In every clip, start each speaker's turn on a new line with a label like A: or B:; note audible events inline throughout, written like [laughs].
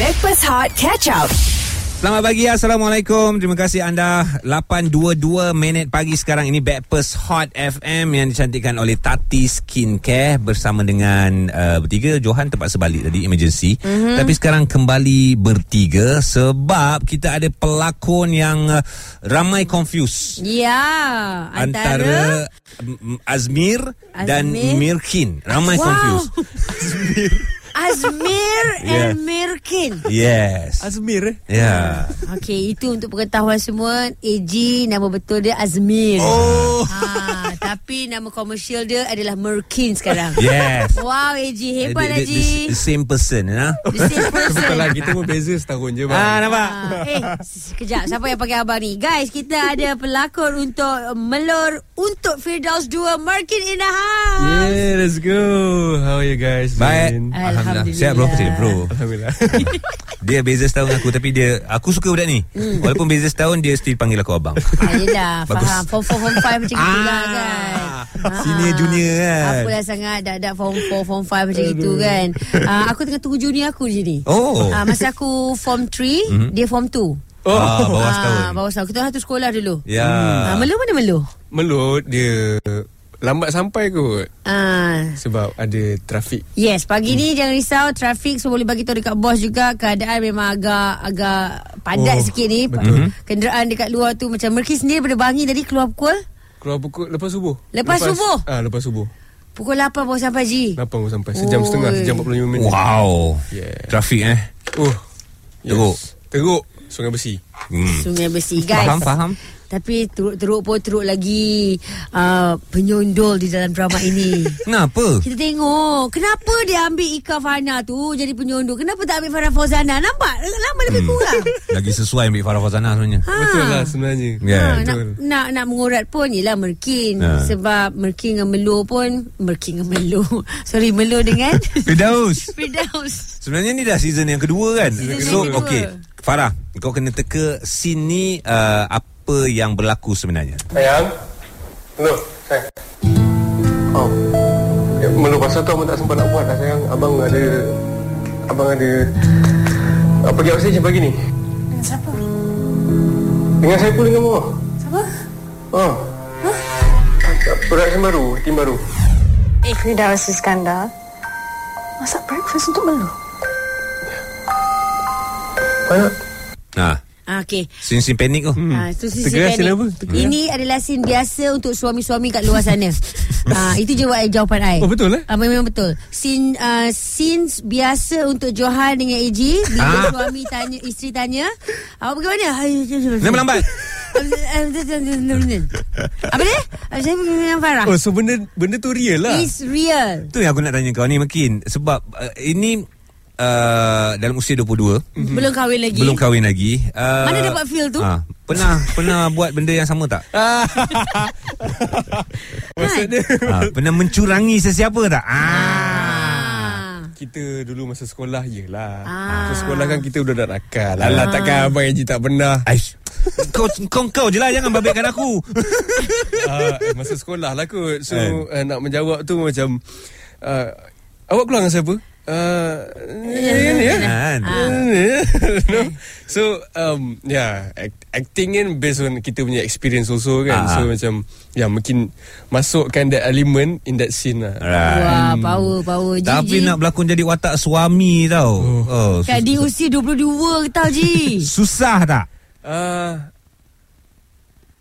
A: Breakfast Hot Catch Up.
B: Selamat pagi Assalamualaikum Terima kasih anda 8.22 minit pagi sekarang ini Backpast Hot FM Yang dicantikkan oleh Tati Skincare Bersama dengan uh, bertiga Johan terpaksa balik tadi emergency
C: Mhm.
B: mm-hmm. Tapi sekarang kembali bertiga Sebab kita ada pelakon yang uh, ramai confuse
C: Ya, antara,
B: Antara mm, Azmir, dan
C: Azmir.
B: Mirkin Ramai
C: Wow.
B: confuse [laughs]
C: Azmir
B: Yeah.
C: and Mirkin.
B: Yes
D: Azmir eh
B: Ya
C: Okey, itu untuk pengetahuan semua. AG nama betul dia Azmir.
B: Oh
C: Ha, tapi nama komersial dia adalah Merkin sekarang.
B: Yes
C: Wow, AG hebat
B: The- the- the- the
C: Haji.
B: Same
C: [laughs]
B: person nah?
C: The
B: [laughs]
C: same person.
D: Kebetulan kita pun beza setahun je bang
B: Ah, nampak?
C: Ah, eh, sekejap. Siapa yang panggil abang ni? Guys, kita ada pelakon untuk Melor untuk Firdaus 2 Merkin in the house.
D: Yeah let's go How are you guys
B: Baik
D: doing?
C: Alhamdulillah.
B: Siap bro Siap
C: [laughs]
B: bro
D: [laughs] Alhamdulillah
B: Dia beza setahun dengan aku Tapi dia Aku suka budak ni
C: Hmm.
B: Walaupun beza setahun Dia still panggil aku abang
C: Ah, yelah,
B: [laughs] Bagus.
C: faham. Form 4, form 5 macam itulah
B: Ah,
C: kan.
B: senior,
C: Ah,
B: junior kan.
C: Apalah sangat dak-dak form 4, form 5 macam itu
B: [laughs]
C: kan. Ah, aku tengah tunggu junior aku je ni.
B: Oh
C: Ah, masa aku form 3, dia form 2.
B: oh. Ah, Bawah
C: Ah,
B: setahun
C: Bawah setahun. Kita satu sekolah dulu.
B: Ya
C: Ah, Melu mana Melu?
D: Melut dia Lambat sampai kot
C: Ah,
D: Sebab ada trafik
C: Yes, pagi ni jangan risau trafik so boleh bagi tahu dekat bos juga keadaan memang agak agak padat
D: Oh,
C: sikit ni.
D: betul.
C: Kenderaan dekat luar tu macam Merki sendiri daripada Bangi tadi keluar pukul
D: Keluar pukul Lepas subuh
C: Lepas subuh?
D: Ah Lepas subuh
C: pukul 8 baru sampai Ji.
D: 8 baru sampai Sejam
C: Oi.
D: setengah Sejam 45 minit
B: Wow
D: Yeah.
B: Trafik eh
D: Oh
B: Teruk.
D: Teruk Sungai Besi
C: Ah.
B: hmm.
C: Sungai Besi guys.
B: Faham, faham.
C: Tapi teruk-teruk pun teruk lagi uh, penyondol di dalam drama
B: [laughs]
C: ini.
B: Kenapa?
C: Kita tengok Kenapa dia ambil Ika Fana tu Jadi penyondol Kenapa tak ambil Farah Fauzana Nampak Lama
B: Hmm.
C: lebih
B: [laughs]
C: kurang
B: Lagi sesuai ambil Farah Fazana sebenarnya
C: ha.
D: Betul lah sebenarnya
B: Yeah.
C: Ha, nak,
D: Betul
C: nak nak mengurat pun Yelah Merkin
B: Ha.
C: Sebab Merkin dengan Melo pun Merkin dengan Melo [laughs] Sorry Melo
B: [laughs]
C: dengan
B: Firdaus
C: Firdaus
B: Sebenarnya ni dah season yang kedua kan
C: Season yang
B: So
C: kedua.
B: okay Farah Kau kena teka Scene ni uh, Apa yang berlaku sebenarnya
E: Sayang Melu Sayang Oh Eh, Melu pasal tu abang tak sempat nak buat lah sayang Abang ada Abang ada Apa pergi outstation pagi ni Dengan siapa? Dengan saya pun dengan mama Siapa? Oh Huh? Production baru Tim baru
F: Firdaus Iskandar Masak breakfast untuk Melu
E: Banyak
B: ha.
C: ha, Okay
B: Scene-scene panik tu hmm.
C: Ah, tu sisi
D: Tegeras
C: teknik.
D: sila apa? Tegeras.
C: Ini adalah sin biasa untuk suami-suami kat luar sana. ah, itu je wa- jawapan I.
D: Oh, betul, eh?
C: Ah, memang betul. Sin ah, sin biasa untuk Johan dengan AJ bila
B: Ah.
C: suami tanya isteri tanya, awak pergi mana?
B: Nak melambat
C: [laughs] Apa dia? Ah, Saya pergi dengan Farah.
D: Oh so benda Benda tu real lah
C: It's real.
B: Tu yang aku nak tanya kau ni Makin Sebab uh, Ini uh, Dalam usia 22
C: Belum kahwin lagi.
B: Belum kahwin lagi
C: Hmm.
B: uh,
C: Mana dapat feel tu? Ha.
B: ah,
C: [laughs]
B: Pernah Pernah buat benda yang sama tak?
D: Maksud dia
C: kan?
B: Ah, pernah mencurangi sesiapa tak? Ha. Ah.
C: Ah.
D: Kita dulu masa sekolah Yelah
C: Ah.
D: Masa sekolah kan kita udah nak nakal Alah takkan abang Haji tak pernah
B: Aish. Kau, kau kau je lah Jangan babitkan aku
D: [laughs] Ah, Masa sekolah lah kot So
B: Kan?
D: uh, nak menjawab tu macam uh, Awak keluar dengan siapa? Uh, ni ni ya
B: Kan?
D: [laughs]
C: Ah,
D: no? So um, Yeah act- Acting kan Based on kita punya experience also kan
B: Ah.
D: So macam Ya yeah, makin Masukkan that element In that scene lah
B: Alright.
C: Wah, power, power. Ji,
B: Tapi
C: Ji.
B: nak berlakon jadi watak suami tau oh,
C: Kat
B: sus-
C: di usia 22 ke tau,
B: [laughs]
C: Ji.
B: Susah tak?
D: Uh,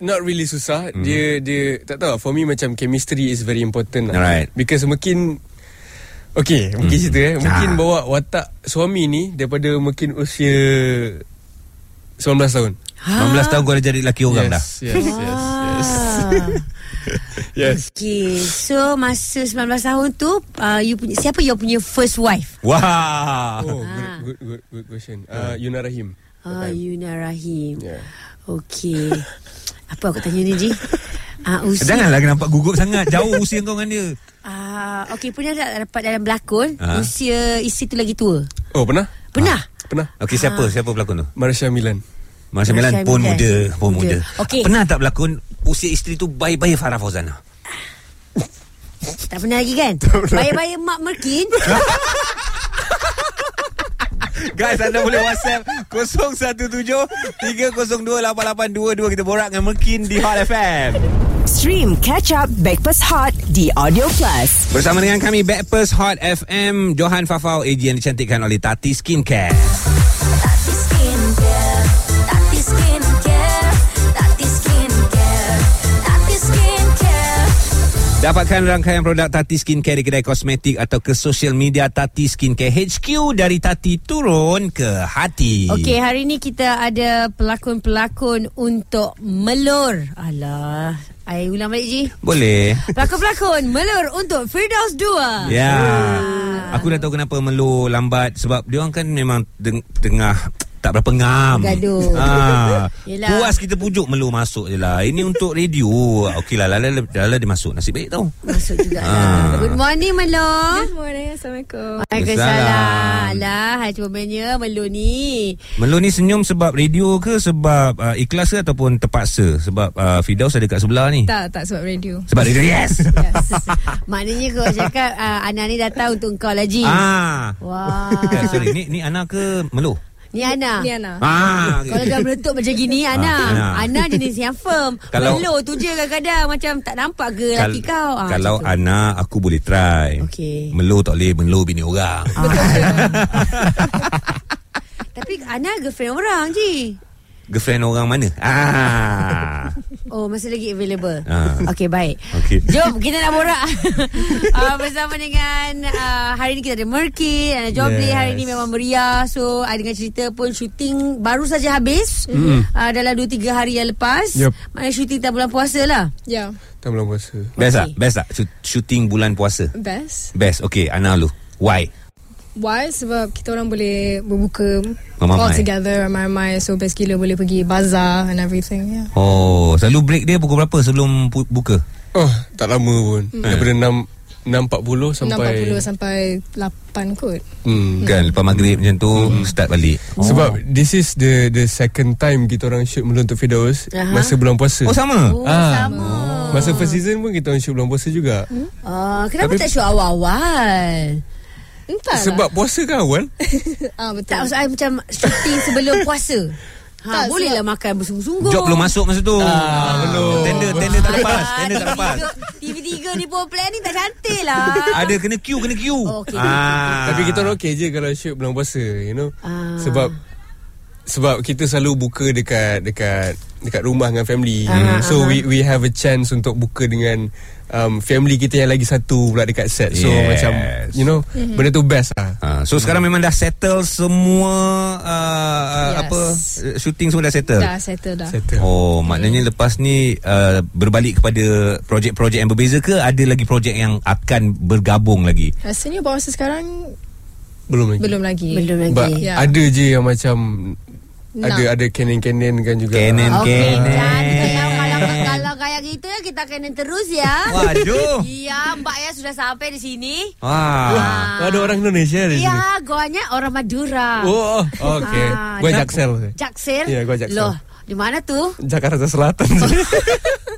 D: not really susah.
B: Mhm.
D: Mm. Dia dia tak tahu. lah. For me macam chemistry is very important. Lah.
B: Alright.
D: Because makin Okay, mungkin cerita eh. Mungkin
B: Ah.
D: bawa watak suami ni daripada mungkin usia 19 tahun.
B: 19 tahun kau dah jadi lelaki orang dah
D: yes, yes, yes, yes,
C: Ah.
D: yes.
C: Okay, so masa 19 tahun tu, uh, you punya, siapa you punya first wife?
B: Wah
D: Oh, good, good, good, good question. Uh, Yuna Rahim.
C: Ah, Yuna Rahim.
D: Yeah.
C: Okay. [laughs] Apa aku tanya ni, Ji? Ah, usia.
B: Janganlah nampak gugup sangat Jauh usia kau dengan
C: [laughs]
B: dia
C: Ah, okay, pernah tak dapat dalam berlakon,
B: Ah.
C: usia isteri tu lagi tua?
D: Oh, pernah?
C: Pernah?
D: Pernah.
B: Okey siapa?
C: Ah.
B: Siapa pelakon tu?
D: Marsha Milan.
C: Marsha
B: Masa Milan pun
C: Milan.
B: muda, pun
C: Muda.
B: muda.
C: Okey.
B: Pernah tak berlakon usia isteri tu bayi-bayi Farah Fauzana?
C: Tak pernah lagi kan? Bayar-bayar Mak Merkin.
B: Guys anda boleh WhatsApp 017 302 8822 kita borak dengan Mekin di Hot FM.
A: Stream Catch Up Backpass Hot di Audio Plus.
B: Bersama dengan kami Backpers Hot FM Johan Fafau AG yang dicantikkan oleh Tati Skincare.
G: Tati Skincare, Tati Skincare, Tati Skincare, Tati Skincare.
B: Dapatkan rangkaian produk Tati Skincare di kedai kosmetik atau ke social media Tati Skincare HQ dari Tati turun ke hati.
C: Okey, hari ni kita ada pelakon-pelakon untuk melur. Alah, I ulang balik Ji.
B: Boleh.
C: Pelakon-pelakon melur untuk Firdaus 2.
B: Ya. Aku dah tahu kenapa Melo lambat sebab dia orang kan memang deng- tengah tak berapa ngam.
C: Gaduh.
B: Ha.
C: Yelah.
B: Puas kita pujuk Melo masuk je lah. Ini untuk radio. lah, Okeylah lala lala dia masuk. Nasib baik tau.
C: Masuk juga
B: Ah.
C: lah. Good morning Melur.
F: morning. Assalamualaikum.
B: Waalaikumsalam.
C: Waalaikumsalam. Ah, Alah, hai cumanya Melur ni. [laughs]
B: Melo ni senyum sebab radio ke sebab uh, ikhlas ke ataupun terpaksa sebab uh, Fidaus ada kat sebelah ni.
F: Tak, tak sebab radio.
B: Sebab radio yes.
F: [laughs]
C: Yes. Maknanya kau cakap uh, Ana ni datang untuk kau lah Ji.
B: ah.
C: Wah.
B: Eh, sorry ni ni Ana ke Melo?
C: Ni Ana.
F: Ni Ana.
B: Ah.
C: Kalau dah meletup macam gini Ana
B: Ah, Ana.
C: Ana jenis yang firm
B: Kalau-
C: Kalau Melo tu je kadang-kadang Macam tak nampak ke
B: Kal-
C: laki kau Ah,
B: kalau
C: macam tu.
B: Ana aku boleh try.
C: Okey. Ah,
B: Melo tak boleh Melo bini orang.
C: Tapi Ana girlfriend orang je
B: [laughs] Girlfriend orang mana? Ah.
C: Oh masih lagi available
B: Ah.
C: Okay baik
B: Okey.
C: Jom kita nak borak [laughs] uh, Bersama dengan uh, Hari ni kita ada Merkin Ada Jobli
B: Yes.
C: Hari ni memang meriah So uh, dengan cerita pun Shooting baru saja habis
B: Mm-hmm.
C: mm. uh, Dalam 2-3 hari yang lepas
D: Yup.
C: Maknanya shooting tak bulan puasa lah
F: Ya, yeah.
D: Tak bulan puasa.
B: Best tak?
C: Okey.
B: Best tak? Shoot- Shooting bulan puasa.
F: best.
B: Best. Okay, Ana lu. Why?
F: Why? Sebab kita orang boleh berbuka
B: Ramai-ramai.
F: all together ramai-ramai. So best gila boleh pergi bazar and everything. ya. Yeah.
B: Oh, selalu break dia pukul berapa sebelum pu- buka?
D: Oh, tak lama pun. Hmm.
B: Eh.
D: Daripada 6 6.40 sampai
F: 6.40 sampai 8 kot.
D: Hmm.
B: Kan lepas maghrib macam tu
C: Hmm.
B: start balik.
D: Sebab this is the the second time kita orang shoot Melon untuk Fidaus
C: Aha.
D: masa bulan puasa.
B: Oh sama.
C: Oh
D: Ah.
C: sama
D: Masa first season pun kita orang shoot bulan puasa juga. Hmm?
C: Ah, kenapa tak
D: Tapi-
C: show awal-awal?
F: Entahlah.
D: Sebab puasa kan awal.
F: ah, betul.
C: Tak maksud I macam syuting sebelum puasa.
F: Tak,
C: Ha, bolehlah makan bersungguh-sungguh.
B: Job belum masuk masa tu.
D: Ah, belum.
B: Tender tender tak lepas,
C: Ah,
B: tender tak lepas.
C: TV3 TV3 ni pun plan ni tak cantik lah.
B: [laughs] Ada kena queue, kena queue.
C: Oh, okey.
B: Ah.
D: Tapi kita orang okey je kalau shoot bulan puasa, you know.
C: Ah.
D: Sebab sebab kita selalu buka dekat dekat dekat rumah dengan family.
C: Ah,
D: Hmm. so
C: ah.
D: we we have a chance untuk buka dengan um, family kita yang lagi satu pula dekat set. So
B: Yes.
D: macam you know, benda tu best lah.
B: Ah, so sekarang memang dah settle semua uh, uh,
F: Yes.
B: apa uh, shooting semua dah settle.
F: Dah settle dah.
D: Settle.
B: Oh, maknanya lepas ni uh, berbalik kepada projek-projek yang berbeza ke ada lagi projek yang akan bergabung lagi?
F: Rasanya buat masa sekarang
D: Belum lagi.
F: belum lagi.
C: Belum
D: But
C: lagi.
F: Ya.
D: ada je yang macam
F: Nah.
D: ada ada canon-canon kan juga.
B: Canon.
C: Okey,
B: Okey.
C: jangan kalau kalau kalau kayak gitu ya kita kena terus ya.
B: Waduh.
C: Iya, Mbak ya sudah sampai di sini.
B: Wah.
D: Ah, ada orang Indonesia di sini.
C: Iya, guanya orang Madura.
D: Oh, oh, okey.
C: Ya. Ah,
D: Gua
C: Jak-
D: Jaksel.
C: Jaksel.
D: Ya, gua Jaksel.
C: Loh, di mana tu?
D: Jakarta
C: [laughs]
D: Selatan.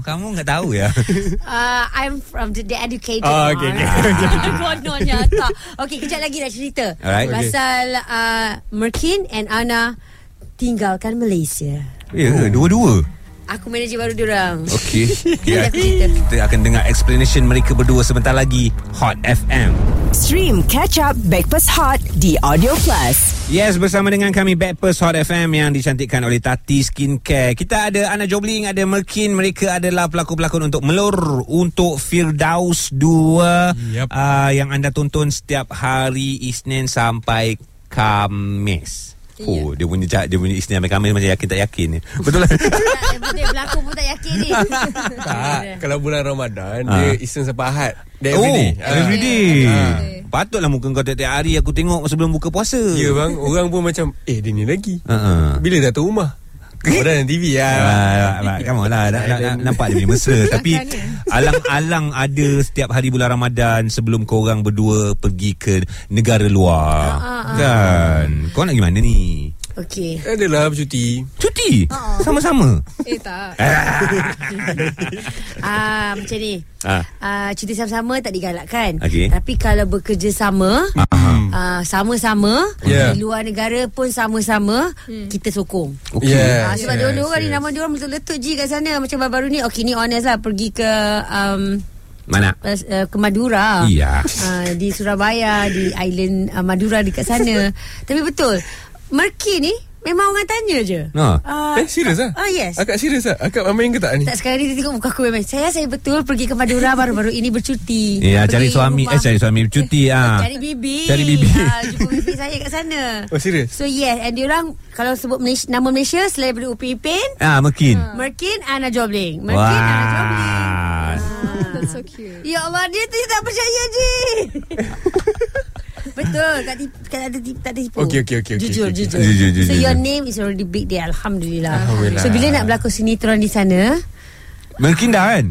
B: Kamu nggak tahu ya?
C: Uh, I'm from the, the educated
D: Ah,
C: one.
D: okay, okay.
C: [laughs] Kononnya tak. Okay, kejap lagi nak cerita.
B: Alright.
C: Pasal uh, Merkin and Ana tinggalkan Malaysia.
B: Ya, ke? dua-dua.
C: Aku manager baru diorang.
B: Okey.
C: Nanti aku cerita.
B: [laughs] Kita akan dengar explanation mereka berdua sebentar lagi. Hot FM.
A: Stream Catch Up Backpass Hot di Audio Plus.
B: Yes, bersama dengan kami Backpers Hot FM yang dicantikkan oleh Tati Skincare. Kita ada Ana Jobling, ada Merkin. Mereka adalah pelakon-pelakon untuk Melur, untuk Firdaus 2
D: Yep.
B: uh, yang anda tonton setiap hari Isnin sampai Kamis. Oh, dia punya cak, dia punya Isnin sampai Kamis macam yakin tak yakin ni. Betul lah.
C: Tak, Benda berlaku pun tak yakin ni.
D: [laughs] tak,
C: [laughs]
D: kalau bulan Ramadan
B: Ah.
D: dia Isnin sampai Ahad.
B: oh,
D: Dia everyday. Ah.
B: everyday. Patutlah muka kau tiap-tiap hari aku tengok sebelum buka puasa.
D: Ya bang, orang pun macam eh dia ni lagi.
B: Uh-uh.
D: Bila datang rumah? Orang dalam TV ah.
B: Ah, [laughs] kamu lah nak, nak, nak, nampak dia punya
C: [laughs]
B: mesra tapi alang-alang ada setiap hari bulan Ramadan sebelum korang berdua pergi ke negara
C: Ah,
B: luar. Kan? Kau nak pergi mana ni?
C: Okay.
D: Adalah bercuti.
B: Cuti cuti Sama-sama
C: [laughs]
F: Eh tak
C: Ah macam ni.
B: Ah.
C: Ah. cuti sama-sama tak digalakkan.
B: Okey.
C: Tapi kalau bekerja sama, ah, sama-sama
D: Yeah.
C: di luar negara pun sama-sama, kita sokong.
B: Okey.
D: Yeah.
C: Ah, sebab
D: Yes,
C: yes, dulu kan yes.
D: yes.
C: nama dia orang meletup-letup je kat sana macam baru-baru ni. Okey ni honest lah pergi ke um,
B: Mana?
C: uh, ke Madura.
B: Iya
C: Uh, di Surabaya, di island uh, Madura dekat sana.
D: [laughs]
C: Tapi betul. Merki ni memang orang tanya je.
B: Ha.
C: Ah,
D: Eh serius lah
C: Ah, yes.
D: Akak serius lah Akak main ke tak ni
C: tak sekali dia tengok muka aku memang Saya saya betul pergi ke Madura baru-baru ini bercuti
B: Ya,
C: Pergi
B: cari suami
C: rumah-
B: Eh cari suami cuti ah.
C: Cari bibi
B: Cari bibi.
C: Ah, Jumpa bibi saya kat sana
D: Oh serius
C: So yes And diorang Kalau sebut Malaysia, nama Malaysia Selain daripada Upi Ipin
B: Ah, makin.
C: Merkin Ana Jobling Merkin Ana Jobling
B: Wah.
F: That's so cute
C: Ya Allah Dia tu tak percaya
B: [laughs]
C: je Betul tak, tip, tak, ada tip, tak ada tipu
D: Okey, okey, okey, okey,
C: Jujur,
D: okey,
C: jujur.
B: okey. Jujur, jujur,
C: So your
B: jujur.
C: name is already big there Alhamdulillah,
D: Alhamdulillah.
C: So bila nak berlakon sinetron di sana
B: Makin dah kan?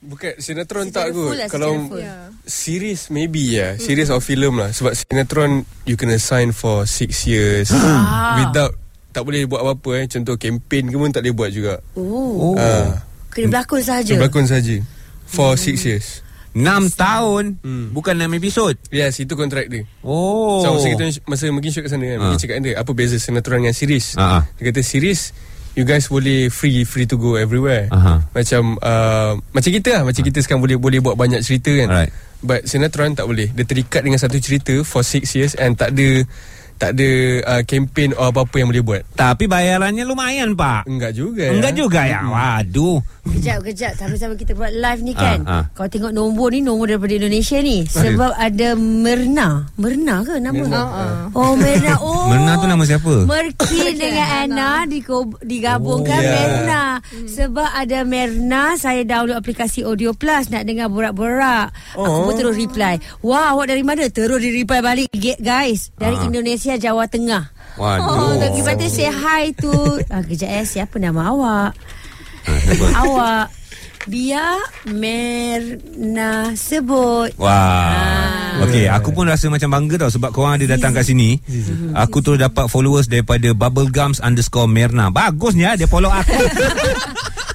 D: Bukan sinetron
C: Secara
D: tak
C: full
D: kot
C: lah, secara
D: Kalau
C: full.
F: Yeah.
D: Series maybe ya yeah. Series or film lah Sebab sinetron You kena sign for 6 years
C: Ah.
D: Without Tak boleh buat apa-apa eh Contoh campaign ke pun tak boleh buat juga
C: Oh, Ya.
B: Oh.
D: Ah,
C: Kena berlakon sahaja
D: so Berlakon saja For 6 years
B: 6 tahun Bukan 6 episod
D: Yes itu kontrak dia
B: Oh
D: So masa kita masa mungkin shoot kat sana kan,
B: Ah.
D: mungkin cakap dengan dia apa beza sinetron dengan series.
B: Ah, ah.
D: Dia kata series you guys boleh free free to go everywhere.
B: Aha. Ah.
D: Macam uh, macam kita lah, macam kita sekarang boleh boleh buat banyak cerita kan.
B: Alright.
D: But sinetron tak boleh. Dia terikat dengan satu cerita for six years and tak ada tak ada uh, campaign or apa-apa yang boleh buat.
B: Tapi bayarannya lumayan pak
D: Enggak juga.
B: Enggak
D: ya.
B: juga ya Waduh
C: Kejap, kejap. Sambil-sambil kita buat live ni kan.
B: Ah, ah.
C: Uh, Kau tengok nombor ni, nombor daripada Indonesia ni. Sebab ada Merna. Merna ke nama?
D: Merna,
C: Oh, Merna. Oh.
B: [laughs] Merna tu nama siapa?
C: Merkin [laughs] dengan Anna dikob- digabungkan
D: Oh, ya.
C: Merna. Sebab ada Merna, saya download aplikasi Audio Plus nak dengar borak-borak.
B: Oh.
C: Aku pun terus reply. Wah, awak dari mana? Terus di-reply balik. Ge- Guys, dari
B: Ah.
C: Indonesia, Jawa Tengah. Oh,
B: Waduh
C: lagi patut say hi tu. Ah, kejap eh, siapa nama awak? awak biar Merna sebut.
B: Wah. Okey, aku pun rasa macam bangga tau sebab korang ada datang kat sini. Aku terus dapat followers daripada bubblegums underscore Merna. Bagusnya dia follow aku. [laughs]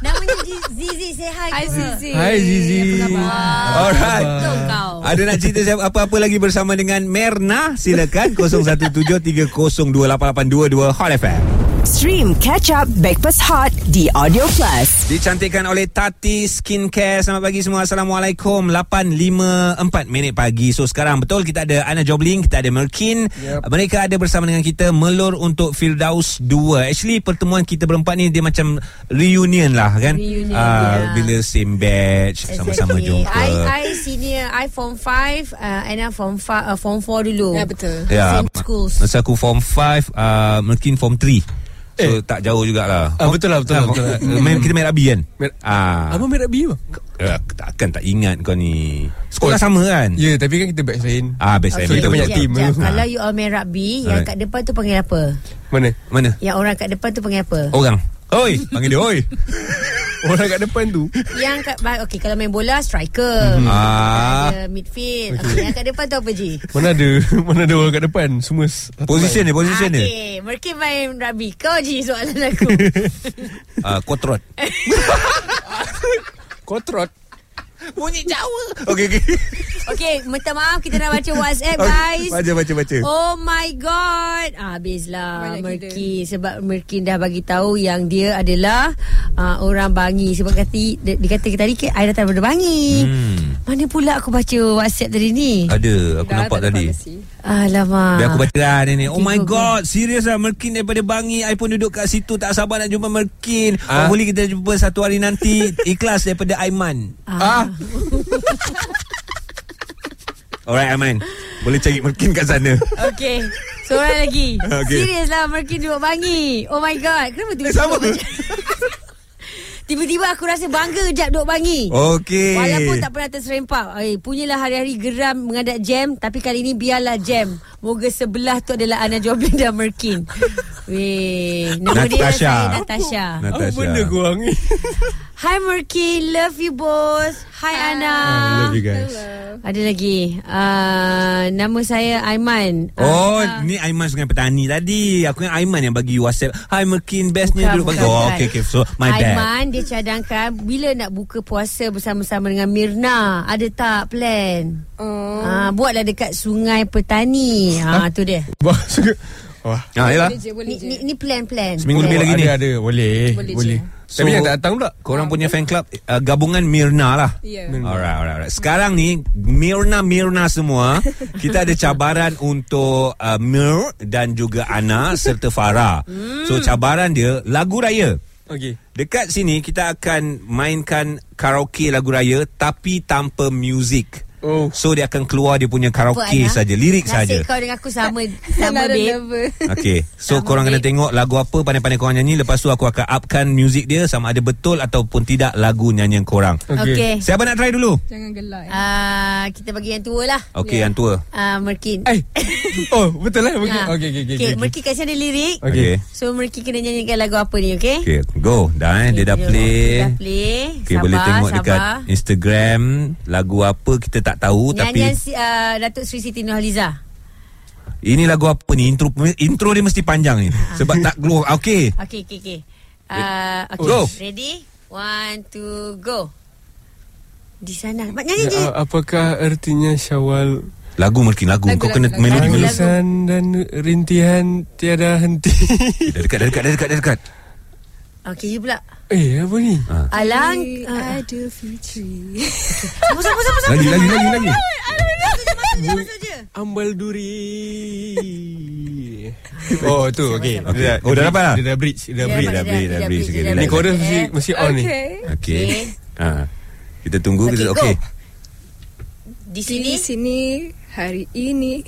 C: Namanya Z- Zizi say hi.
F: Hi Zizi
D: Hai Zizi.
B: Alright.
C: Betul kau.
B: Ada nak cerita siapa- apa-apa lagi bersama dengan Merna? Silakan
C: [laughs]
B: 0173028822 Hot FM.
A: Stream Catch Up Backpass Hot The Audio Plus.
B: Dicantikkan oleh Tati Skincare. Selamat pagi semua. Assalamualaikum. 8.54 minit pagi. So sekarang betul kita ada Ana Jobling, kita ada Merkin.
D: Yep.
B: Mereka ada bersama dengan kita Melur untuk Firdaus 2. Actually pertemuan kita berempat ni dia macam reunion lah kan.
C: Reunion,
B: Ah,
C: ya.
B: Bila same batch, sama-sama jumpa.
C: I, I senior, I form 5, uh, Anna form, fa, uh, form 4 dulu.
F: Ya betul
C: Same schools.
B: Masa aku form 5, uh, Merkin form 3. So eh. tak jauh jugalah.
D: Ah, betul lah, betul
B: Ah,
D: lah, betul lah.
B: [laughs] Main, kita main rugby kan?
D: Mer-
B: ah.
D: [laughs] Apa merah biru?
B: Eh, takkan tak ingat kau ni. Sekolah
D: Oh,
B: sama kan?
D: Ya, yeah, tapi kan kita batch lain.
B: Ah, best
D: Okay,
B: okay,
D: kita banyak
C: Jap,
D: team.
C: jap.
D: Ha.
C: Kalau you all main rugby, yang
B: Alright.
C: kat depan tu panggil apa?
D: Mana?
B: Mana?
C: Yang orang kat depan tu panggil apa?
B: Orang. Oi, panggil dia
D: [laughs]
B: oi.
D: Orang kat depan tu.
C: Yang kat ba- Okey kalau main bola Striker mm-hmm.
B: Ah.
C: Ada midfield okay, Yang kat depan tu apa je
D: Mana ada [laughs] mana ada orang kat depan? Semua s-
B: Position dia, position dia.
C: Okey Ah, eh, Mereka main rugby Kau je soalan
B: [laughs]
C: aku
B: Ah,
C: [laughs]
B: kotrot.
D: Kotrot.
B: Bunyi Jawa. Okey okey.
C: Okey Minta maaf Kita nak baca WhatsApp guys
B: Baca baca baca.
C: Oh my god. Ah, habislah
F: Banyak
C: Merki sebab Merki dah bagi tahu yang dia adalah uh, orang Bangi sebab kata dia, dia kata tadi ke I datang daripada Bangi.
B: Hmm.
C: Mana pula aku baca WhatsApp tadi ni?
B: Ada, aku
F: Dah,
B: nampak
F: tak ada
B: tadi.
F: privacy.
C: Alamak.
B: Biar aku baca lah ni. Oh my
C: Tiga,
B: god, serius lah Merkin daripada Bangi. I pun duduk kat situ tak sabar nak jumpa Merkin.
D: Ah.
B: Hopefully kita jumpa satu
C: [laughs]
B: hari nanti. Ikhlas daripada Aiman.
D: Ah.
B: Alright Aiman. Boleh cari Merkin kat sana.
C: Okay Seorang lagi
B: [laughs] Okey.
C: okay. Serius lah Merkin duduk bangi Oh my god Kenapa tiba-tiba
B: sama.
C: aku macam- [laughs] Tiba-tiba aku rasa bangga Jap duduk bangi
B: Okey.
C: Walaupun tak pernah terserempak eh, Punyalah hari-hari geram Mengadap jam Tapi kali ni biarlah jam Moga sebelah tu adalah Ana Joblin dan Merkin Weh Nama dia
B: Natasha.
C: saya Natasha
D: Oh,
B: Natasha.
D: Apa benda korang ni?
C: Hi Murky, love you both. Hi Ana.
D: Love you guys.
C: Ada lagi. Uh, nama saya Aiman.
B: Oh,
C: Ah,
B: ni Aiman dengan petani tadi. Aku ingat Aiman yang bagi WhatsApp. Hi Merkin bestnya
C: Bukan,
B: dulu bagi.
C: bukan,
B: Oh,
C: bukan.
B: okay, okay. So, my bad.
C: Aiman dia cadangkan bila nak buka puasa bersama-sama dengan Mirna. Ada tak plan?
F: Oh.
C: Ah, buatlah dekat Sungai Petani. Ha, tu dia.
D: Wah, [laughs] suka. Wah.
B: Ha, yalah.
F: Boleh je, boleh
C: Ni,
F: je.
C: ni, ni plan plan.
B: Seminggu lebih lagi ni.
D: Ada, ada. Boleh.
F: Boleh
D: Boleh.
F: je.
D: boleh.
B: So-
D: Tapi yang tak datang pula.
B: Korang punya fan club uh, gabungan Mirna lah.
F: Ya.
B: Alright, alright, alright. Sekarang ni Mirna Mirna semua, [laughs] kita ada cabaran untuk uh, Mir dan juga Ana serta
C: [laughs]
B: Farah.
C: Hmm.
B: So cabaran dia lagu raya.
D: Okey.
B: Dekat sini kita akan mainkan karaoke lagu raya tapi tanpa music.
D: Oh.
B: So dia akan keluar dia punya
C: Apa,
B: karaoke
C: Ana?
B: saja, lirik
C: Nasib
B: saja.
C: kau dengan aku
F: [laughs]
C: sama
F: Sama
C: sama babe.
F: lover.
B: [laughs] Okay So
C: Sama,
B: korang kena
C: babe.
B: tengok Lagu apa pandai-pandai korang nyanyi Lepas tu aku akan upkan Music dia Sama ada betul Ataupun tidak Lagu nyanyian korang
C: Okey.
B: Siapa nak try dulu?
F: Jangan gelak.
C: Ah, kita bagi yang tua lah.
B: Okay yeah. yang tua
C: Ah, Merkin.
D: Eh. [laughs] Oh, betul lah. Okey.
C: Ah.
D: Okey, okey, okey.
C: Okay,
D: okey.
C: Merkin kat sini ada lirik.
D: Okey.
B: Okay.
C: So Merkin kena nyanyikan lagu apa ni, okay?
B: Okay go Dah eh Dia dah
C: Okey,
B: play
C: Dia dah play.
B: Okay
C: sabar,
B: boleh tengok
C: sabar.
B: dekat Instagram Lagu apa kita tak tahu
C: Nyanyian
B: Tapi
C: si, uh, Datuk Sri Siti Nurhaliza.
B: Ini lagu apa ni Intro intro dia mesti
C: [laughs]
B: panjang ni Sebab tak keluar Okay
C: Okay, okay, okay. Uh, okay.
B: Go.
C: Ready? One, two, go. Di sana. Mak nyanyi je.
D: Ya, a- Apakah artinya Syawal
B: Lagu mungkin lagu.
F: Lagu,
B: Kau
F: lagu,
B: kena
F: lagu.
B: melodi dulu
C: Lagu.
D: Tangisan dan rintihan tiada henti
B: Dah dekat dah dekat dah dekat dah dekat uh,
C: Okay, you pula.
D: [laughs] Eh apa ni
C: Alang. Uh,
F: Ada Fitri.
C: sabar, sabar, sabar, sabar.
B: Lagi lagi lagi lagi
C: Masuk je, masuk je.
D: Ambal duri Oh tu okey
B: Okey. Oh, dah dapat lah?
D: Dia dah bridge Dia dah
C: Dia
D: bridge
B: dah beri, dah beri, sikit,
C: dia
B: relax.
D: Ni
B: Ni
D: chorus
C: Eh,
D: mesti, mesti on ni
B: Okay
C: Okey.
B: ha. Kita tunggu
C: Okey,
B: kita
C: go.
B: Okay
C: Di sini.
F: Di sini hari ini.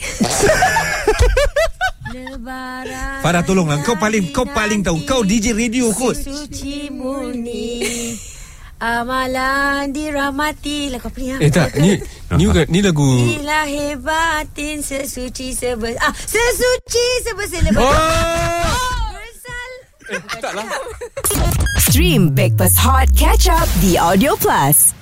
C: Lebaran.
B: Farah tolonglah Kau paling Kau paling tahu Kau DJ radio kot
C: Suci murni. Amalan dirahmati. Lah kau punya.
D: Eh tak Ni ni, bukan, ni lagu
C: Bila hebatin sesuci seber ah sesuci seberselebat.
D: Oh
C: Bersal.
A: Stream Breakfast Hot Catch Up The Audio Plus.